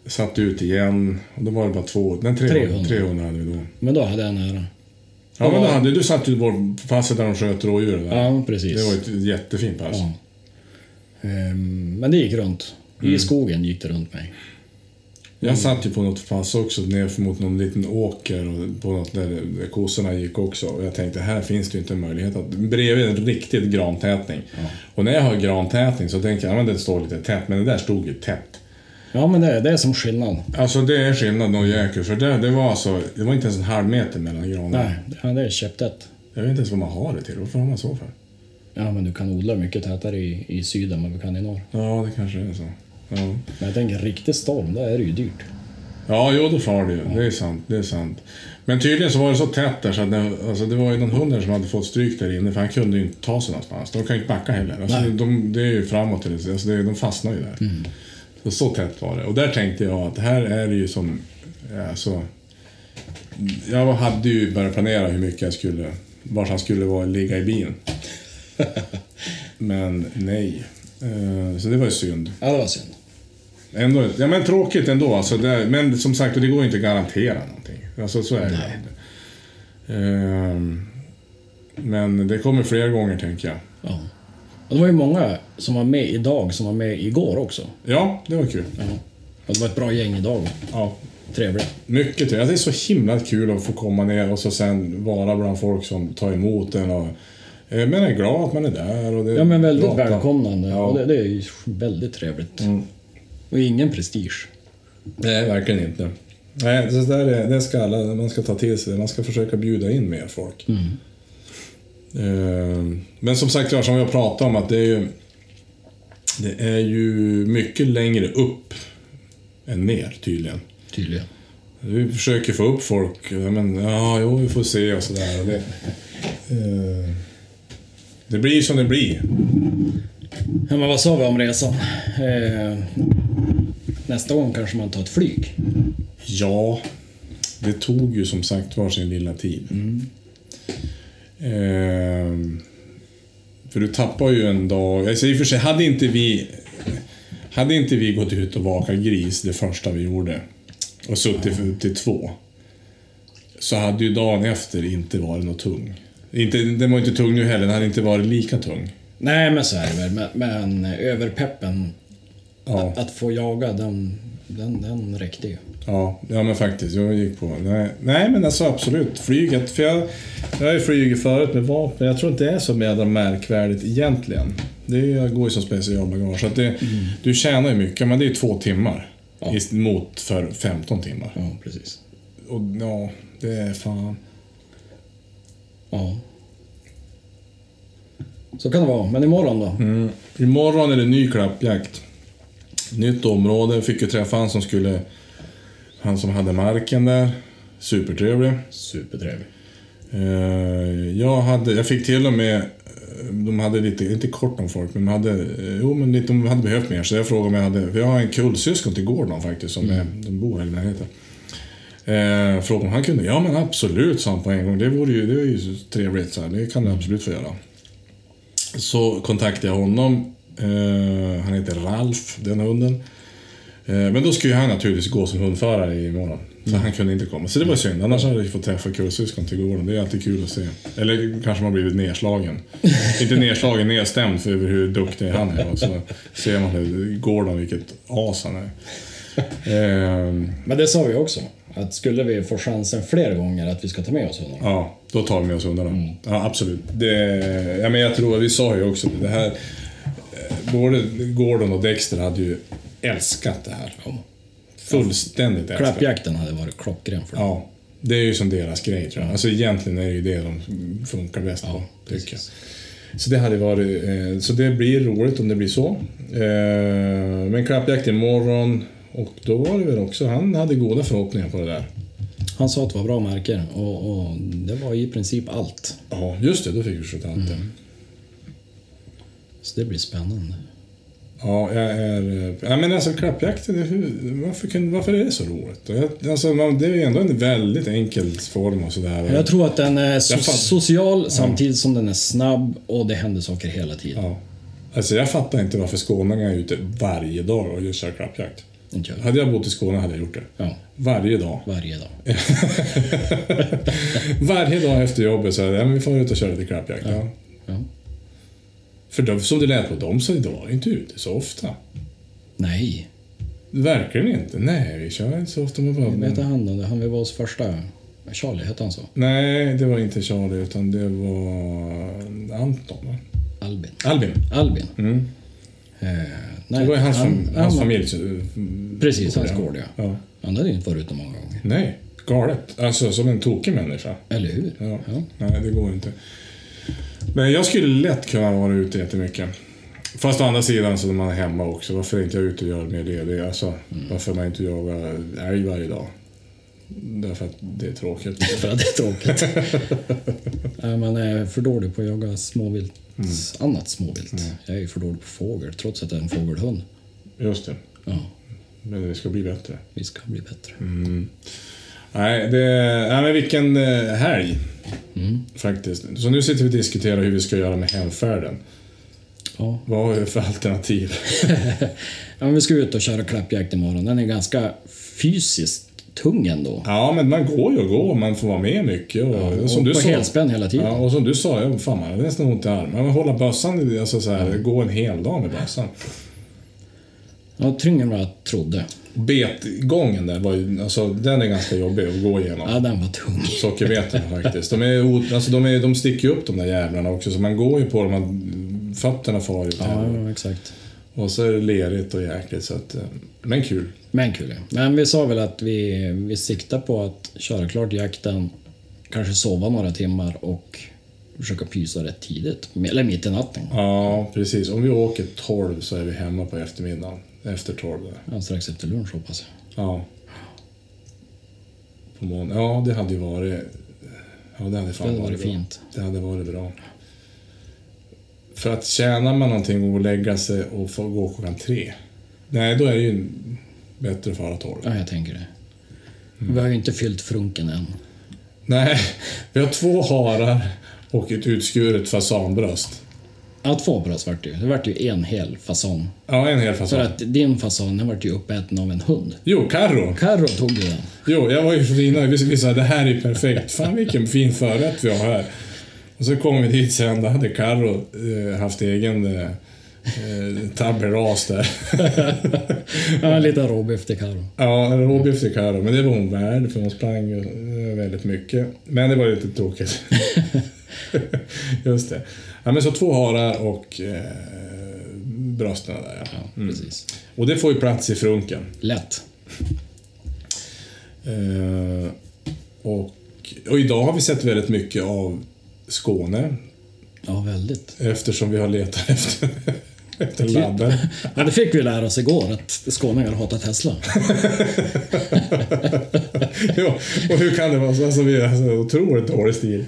Speaker 1: Satt ut igen och då var det bara två, nej 300,
Speaker 3: 300.
Speaker 1: 300 hade vi då.
Speaker 3: Men då hade jag nära.
Speaker 1: Ja men då hade, du satt ju på passet där de sköt rådjuren där.
Speaker 3: Ja, precis.
Speaker 1: Det var ett jättefint pass.
Speaker 3: Ja. Ehm, men det gick runt. I
Speaker 1: Mm.
Speaker 3: skogen gick det runt mig.
Speaker 1: Jag satt ju på något pass också ner mot någon liten åker och på något där, där kossorna gick också. Och jag tänkte här finns det ju inte en möjlighet att... Bredvid en riktig grantätning. Och när jag hör grantätning så tänker jag att den står lite tätt, men det där stod ju tätt.
Speaker 3: Ja, men det, det är som skillnad.
Speaker 1: Alltså det är skillnad nog jäkel, för det, det var alltså... Det var inte ens en halv meter mellan granarna.
Speaker 3: Nej, det- ja, det är käpptätt.
Speaker 1: Jag vet inte ens vad man har det till. Varför har man så för?
Speaker 3: Ja, men du kan odla mycket tätare i, i syd än vad vi kan i norr.
Speaker 1: Ja, det kanske är så. Ja.
Speaker 3: Men jag tänker riktig storm, då är det ju dyrt.
Speaker 1: Ja, jo, då far det ju. Det är sant. Det är sant. Men tydligen så var det så tätt där så att det, alltså, det var ju någon hund där som hade fått stryk där inne för han kunde ju inte ta sig någonstans. De kan ju inte backa heller. Alltså,
Speaker 3: Nej.
Speaker 1: de, det är ju framåt, eller- alltså, det, de fastnar ju där. Så, så tätt var det. Och där tänkte jag att här är det ju som... Alltså, jag hade ju börjat planera hur mycket jag skulle... Vart han skulle vara, ligga i bilen. Men nej. Eh, Så det var ju synd.
Speaker 3: Ja, det var synd.
Speaker 1: Ändå, ja, men tråkigt ändå. Alltså, det, men som sagt, det går ju inte att garantera någonting. Alltså, så är det.
Speaker 3: Nej.
Speaker 1: Ehm, men det kommer fler gånger, tänker jag.
Speaker 3: Ja. Och det var ju många som var med idag som var med igår också.
Speaker 1: Ja, det var kul.
Speaker 3: Och det var ett bra gäng idag.
Speaker 1: Ja,
Speaker 3: Trevligt.
Speaker 1: mycket till. Alltså, det är så himla kul att få komma ner och så sen vara bland folk som tar emot en. Och, eh, men är glad att man är där. Och det,
Speaker 3: Ja, men väldigt
Speaker 1: prata.
Speaker 3: välkomnande.
Speaker 1: Ja.
Speaker 3: Och det, det är ju väldigt trevligt. Och ingen prestige.
Speaker 1: Nej, verkligen inte. Nej, så där är, det ska alla, man ska ta till sig det. Man ska försöka bjuda in mer folk. Eh, Men som sagt, ja, som jag pratade om, att det är ju, det är ju mycket längre upp än ner tydligen.
Speaker 3: Tydligen.
Speaker 1: Vi försöker få upp folk. Ja, men, ja jo, vi får se och sådär. Och det, eh, det blir som det blir.
Speaker 3: Ja, men vad sa vi om resan? Eh, nästa gång kanske man tar ett flyg.
Speaker 1: Ja, det tog ju som sagt var sin lilla tid. Ehm, för du tappar ju en dag. Alltså i och för sig, hade inte vi... Hade inte vi gått ut och vakat gris det första vi gjorde och suttit för upp till två så hade ju dagen efter inte varit något tung. Inte, den var inte tung nu heller, den hade inte varit lika tung.
Speaker 3: Nej, men så är det väl. Men, men överpeppen,
Speaker 1: Ja,
Speaker 3: att få jaga, den, den, den räckte ju.
Speaker 1: ja, ja men faktiskt. Jag gick på. Nej, nej men alltså absolut. Flyget. För jag, jag har ju flugit förut med vapen. Jag tror inte det är så jädra märkvärdigt egentligen. Det är- går ju som specialbagage. Så att det, Du tjänar ju mycket, men det är två timmar.
Speaker 3: Ja.
Speaker 1: ist- Mot för 15 timmar.
Speaker 3: Ja, precis.
Speaker 1: Och ja, det är fan...
Speaker 3: Ja. Så kan det vara. Men imorgon då?
Speaker 1: Mm. Imorgon är det ny klappjakt. Nytt område. Jag fick ju träffa han som skulle... Han som hade marken där. Supertrevlig.
Speaker 3: Supertrevlig.
Speaker 1: Eh, jag, hade, jag fick till och med, eh, de hade lite, inte kort om folk, men de hade, eh, jo, men lite, de hade behövt mer. Så jag frågade om jag hade, för jag har en kullsyskon till Gordon faktiskt, som är, de bor här i närheten. Eh, frågade om han kunde, ja men absolut sa han på en gång, det vore ju, det är ju så trevligt, så här, det kan du absolut få göra. Så kontaktade jag honom, eh, han heter Ralf, den hunden. Eh, Men då skulle ju han naturligtvis gå som hundförare imorgon. Så han kunde inte komma. Så det var synd. Annars hade jag fått träffa kullsyskon till gården. Det är alltid kul att se. Eller kanske man blivit nedslagen. inte nedslagen, nedstämd för över hur duktig han är. Och så ser man hur Gordon, vilket as han är. Eh,
Speaker 3: Men det sa vi också. Att skulle vi få chansen fler gånger att vi ska ta med oss honom.
Speaker 1: Ja, då tar vi med oss hundarna. Ja, absolut. Det, ja, men jag tror, vi sa ju också det, det här. eh, Både Gordon och Dexter hade ju älskat det här. Fullständigt älskat.
Speaker 3: Klappjakten hade varit klockren för dem.
Speaker 1: Ja, det är ju som deras grej tror jag. Alltså egentligen är det ju det de funkar bäst på. tycker
Speaker 3: precis.
Speaker 1: jag. Så det hade varit, eh, så det blir roligt om det blir så. Eh, men klappjakt imorgon och då var det väl också, han hade goda förhoppningar på det där.
Speaker 3: Han sa att det var bra märken och, och det var i princip allt. Mm.
Speaker 1: Ja, just det, då fick vi skjuta allt det.
Speaker 3: Så det blir spännande.
Speaker 1: Ja, jag är... eh, Ja, men alltså klappjakten, är hur, varför, kan, varför är det så roligt? Och Jag, alltså, man, det är ju ändå en väldigt enkel form och sådär.
Speaker 3: Jag tror att den är so
Speaker 1: Jag fattar.
Speaker 3: social samtidigt som den är snabb och det händer saker hela tiden.
Speaker 1: Ja. Alltså jag fattar inte varför skåningar är ute varje dag och just kör klappjakt.
Speaker 3: Inte jag.
Speaker 1: Hade jag bott i Skåne hade jag gjort det.
Speaker 3: Ja,
Speaker 1: Varje dag.
Speaker 3: varje dag.
Speaker 1: Varje dag efter jobbet så är det, ja, men vi får ut och köra lite klappjakt. Ja.
Speaker 3: Ja.
Speaker 1: För de, som det lät på dem så var det inte ute så ofta.
Speaker 3: Nej,
Speaker 1: Verkligen inte. Nej, vi kör inte så ofta med
Speaker 3: vad hette
Speaker 1: bubben.
Speaker 3: han då? Han vi var hos första... Charlie, hette han så?
Speaker 1: Nej, det var inte Charlie utan det var Anton. va?
Speaker 3: Albin.
Speaker 1: Albin.
Speaker 3: Albin.
Speaker 1: Mm.
Speaker 3: Eh, nej,
Speaker 1: Det var ju hans,
Speaker 3: han-
Speaker 1: fam-
Speaker 3: han
Speaker 1: hans
Speaker 3: var-
Speaker 1: familj. så-
Speaker 3: Precis, hans gård ja.
Speaker 1: Ja.
Speaker 3: Han hade ju inte varit ute många gånger.
Speaker 1: Nej, galet. Alltså som en tokig människa.
Speaker 3: Eller hur?
Speaker 1: Ja. Nej, det går inte. Men jag skulle lätt kunna vara ute jättemycket. Fast å andra sidan så är man hemma också. Varför är inte jag ute och gör mer det? det är alltså,
Speaker 3: Mm.
Speaker 1: Varför man inte jagar älg varje dag? Därför att det är tråkigt.
Speaker 3: För att det är tråkigt. Nej, man är för dålig på att jaga småvilt,
Speaker 1: Mm.
Speaker 3: annat småvilt. Jag är ju för dålig på fågel, trots att jag är en fågelhund.
Speaker 1: Just det.
Speaker 3: Ja,
Speaker 1: Men det ska bli bättre.
Speaker 3: vi ska bli bättre.
Speaker 1: Mm. Nej, det, nej men vilken eh, helg.
Speaker 3: Mm.
Speaker 1: Faktiskt. Så nu sitter vi och diskuterar hur vi ska göra med hemfärden.
Speaker 3: Ja.
Speaker 1: Vad har vi för alternativ?
Speaker 3: Ja, men vi ska ut och köra klappjakt imorgon. Den är ganska fysiskt tung ändå.
Speaker 1: Ja, men man går ju och går. Man får vara med mycket. Och,
Speaker 3: och
Speaker 1: som du
Speaker 3: på
Speaker 1: sa,
Speaker 3: helspänn hela tiden.
Speaker 1: Ja, och som du sa, jag, fan man hade nästan ont i armen. Men hålla bössan, i- alltså så här, gå en hel dag med bössan.
Speaker 3: Ja, tyngre än vad jag trodde.
Speaker 1: Betgången där, var ju, alltså, den är ganska jobbig att gå igenom.
Speaker 3: Ja, den var tung.
Speaker 1: Sockerbetorna faktiskt. De, är, o- alltså, de, är, de sticker ju upp de där jävlarna också, så man går ju på dem, man, fötterna far ju åt helvete.
Speaker 3: Ja, exakt.
Speaker 1: Och så är det lerigt och jäkligt, så att, eh, men kul.
Speaker 3: Men kul, ja. Men vi sa väl att vi, vi siktar på att köra klart jakten, kanske sova några timmar och försöka pysa rätt tidigt, eller mitt i natten.
Speaker 1: Ja, precis. Om vi åker 12 så är vi hemma på eftermiddagen. Efter 12 där.
Speaker 3: Ja, strax efter lunch hoppas jag.
Speaker 1: Ja. På måndag. Ja, det hade ju varit... Ja, det hade
Speaker 3: Det
Speaker 1: fan
Speaker 3: hade
Speaker 1: varit
Speaker 3: varit
Speaker 1: bra.
Speaker 3: fint.
Speaker 1: Det hade varit bra. För att tjänar man någonting och lägga sig och få gå klockan tre. Nej, då är det ju bättre att fara tolv.
Speaker 3: Ja, jag tänker det.
Speaker 1: Mm.
Speaker 3: Vi har ju inte fyllt frunken än.
Speaker 1: Nej, vi har två harar och ett utskuret fasanbröst.
Speaker 3: Ja, två bröst vart det ju. Det vart ju en hel fasan.
Speaker 1: Ja, en hel
Speaker 3: För
Speaker 1: fasan.
Speaker 3: att din fasan, den vart ju uppäten av en hund.
Speaker 1: Jo, Carro.
Speaker 3: Carro tog ju den.
Speaker 1: Jo, jag var ju så innan. Vi, vi sa det här är ju perfekt. Fan vilken fin förrätt vi har här. Och så kom vi dit sen, då hade Carro eh, haft egen eh, eh, tabberas där.
Speaker 3: Ja, en liten råbiff till Carro.
Speaker 1: ja, en råbiff till Carro, men det var hon värd för hon sprang ju eh, väldigt mycket. Men det var ju lite tråkigt. Just det. Ja, men så två harar och eh, brösten där ja.
Speaker 3: Ja, precis.
Speaker 1: Och det får ju plats i frunken.
Speaker 3: Lätt.
Speaker 1: Eh, och, och idag har vi sett väldigt mycket av Skåne
Speaker 3: Ja, väldigt.
Speaker 1: eftersom vi har letat efter, efter labben.
Speaker 3: Ja, det fick vi lära oss igår, att skåningar hatar Tesla.
Speaker 1: ja, och hur kan det vara så? Alltså, vi har så otroligt dålig stil.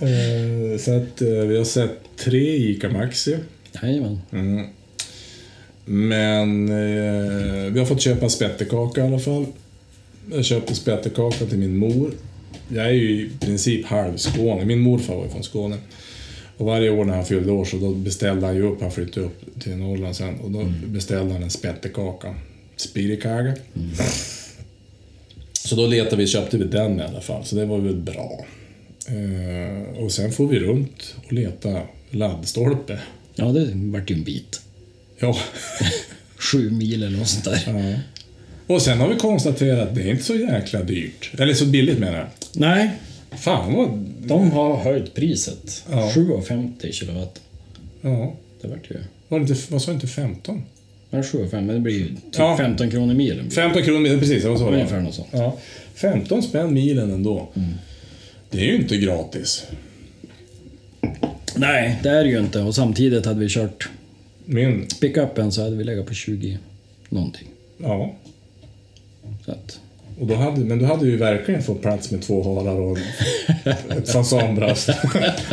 Speaker 1: Eh, så att eh, vi har sett tre Ica Maxi.
Speaker 3: Jajamän.
Speaker 1: Mm. Men eh, vi har fått köpa spettekaka i alla fall. Jag köpte spettekaka till min mor. Jag är ju i princip halv Skåne. Min morfar var ju från Skåne. Och varje år när han fyllde år så då beställde han ju upp, han flyttade upp till Norrland sen, och då beställde han en spettekaka. Spirikaga. Så då letade vi, köpte vi den i alla fall, så det var väl bra. Eh, och sen får vi runt och leta laddstolpe.
Speaker 3: Ja, det vart ju en bit.
Speaker 1: Ja.
Speaker 3: Sju mil eller något sånt där.
Speaker 1: Och sen har vi konstaterat att det är inte så jäkla dyrt. Eller så billigt menar jag.
Speaker 3: Nej,
Speaker 1: Fan vad...
Speaker 3: de har höjt priset.
Speaker 1: Ja.
Speaker 3: 7,50 kilowatt.
Speaker 1: Ja.
Speaker 3: Det vart ju...
Speaker 1: Var det inte, vad sa du inte 15?
Speaker 3: Ja, 7,50, men det blir ju typ
Speaker 1: Ja.
Speaker 3: 15 kronor milen.
Speaker 1: 15 kronor milen, precis. Vad sa
Speaker 3: Ungefär
Speaker 1: du?
Speaker 3: något sånt.
Speaker 1: Ja. 15 spänn milen ändå. Det är ju inte gratis.
Speaker 3: Nej, det är det ju inte. Och samtidigt hade vi kört
Speaker 1: Min...
Speaker 3: pickupen så hade vi legat på 20 någonting.
Speaker 1: Ja.
Speaker 3: Så att,
Speaker 1: Och då hade, men då hade vi verkligen fått plats med två harar och ett fasanbrast.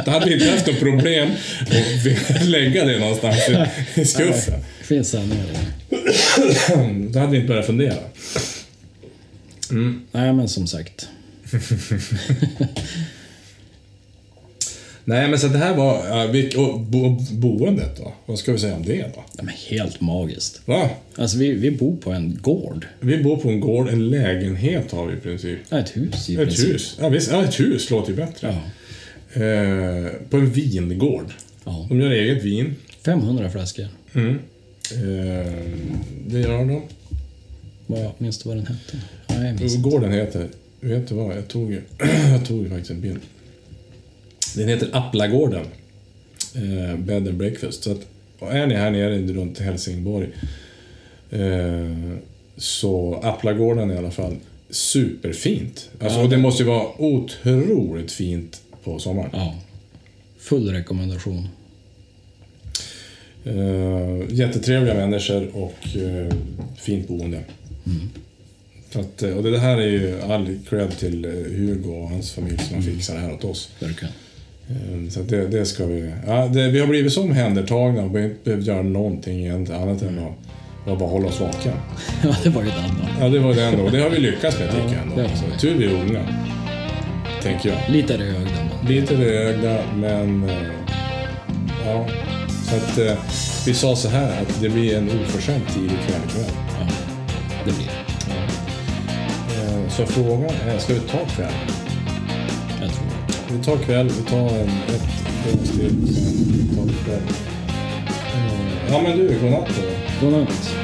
Speaker 1: då hade vi inte haft något problem att vi- lägga det någonstans i, i skuffen.
Speaker 3: Det finns sanningar i det.
Speaker 1: Då hade vi inte börjat fundera.
Speaker 3: Nej, men som sagt.
Speaker 1: Nej, men så det här var... ja, vilk- Och bo, boendet då? Vad ska vi säga om det då?
Speaker 3: Nej, men helt magiskt.
Speaker 1: Va?
Speaker 3: Alltså, vi, vi bor på en gård.
Speaker 1: Vi bor på en gård, en lägenhet har vi i princip.
Speaker 3: Ja, ett hus i
Speaker 1: Ett
Speaker 3: princip.
Speaker 1: hus. Ja, visst. Ja, ett hus låter ju bättre.
Speaker 3: Ja.
Speaker 1: Eh, på en vingård.
Speaker 3: ja.
Speaker 1: De gör eget vin.
Speaker 3: 500 flaskor.
Speaker 1: Eh, det gör de.
Speaker 3: Vad, minns du vad den hette? Nej, jag minns inte.
Speaker 1: Gården heter... Vet du vad? Jag tog, ju- jag tog ju faktiskt en bild. Den heter Applagården. Eh, bed and breakfast. Så att, och är ni här nere runt Helsingborg eh, så Applagården i alla fall. Superfint. Alltså, och det måste ju vara otroligt fint på sommaren.
Speaker 3: Ja. Full rekommendation.
Speaker 1: Eh, jättetrevliga människor och eh, fint boende.
Speaker 3: Mm.
Speaker 1: Så att, eh, och det här är ju all cred till eh, Hugo och hans familj som har
Speaker 3: Mm.
Speaker 1: fixat det här åt oss.
Speaker 3: Verkligen.
Speaker 1: Eh, Så att det, det ska vi... Ja, det, vi har blivit så omhändertagna och vi har inte behövt göra någonting egentligen annat än att, att bara hålla oss vakna.
Speaker 3: Ja, det var ju det andra.
Speaker 1: Ja, det var det ändå. Och det har vi lyckats med tycker jag
Speaker 3: det
Speaker 1: ändå.
Speaker 3: har vi.
Speaker 1: Så, tur vi är unga, tänker jag.
Speaker 3: Lite rögda, men...
Speaker 1: Lite rögda, men... eh, Ja. Så att eh, vi sa så här att det blir en oförskämt tidig kväll ikväll.
Speaker 3: Ja, det blir det.
Speaker 1: Eh, Så frågan är, ska vi ta kväll?
Speaker 3: Jag tror det.
Speaker 1: Vi tar kväll, vi tar en, ett gångstil, sen tar vi kväll. Eh, Ja men du, godnatt då.
Speaker 3: Godnatt.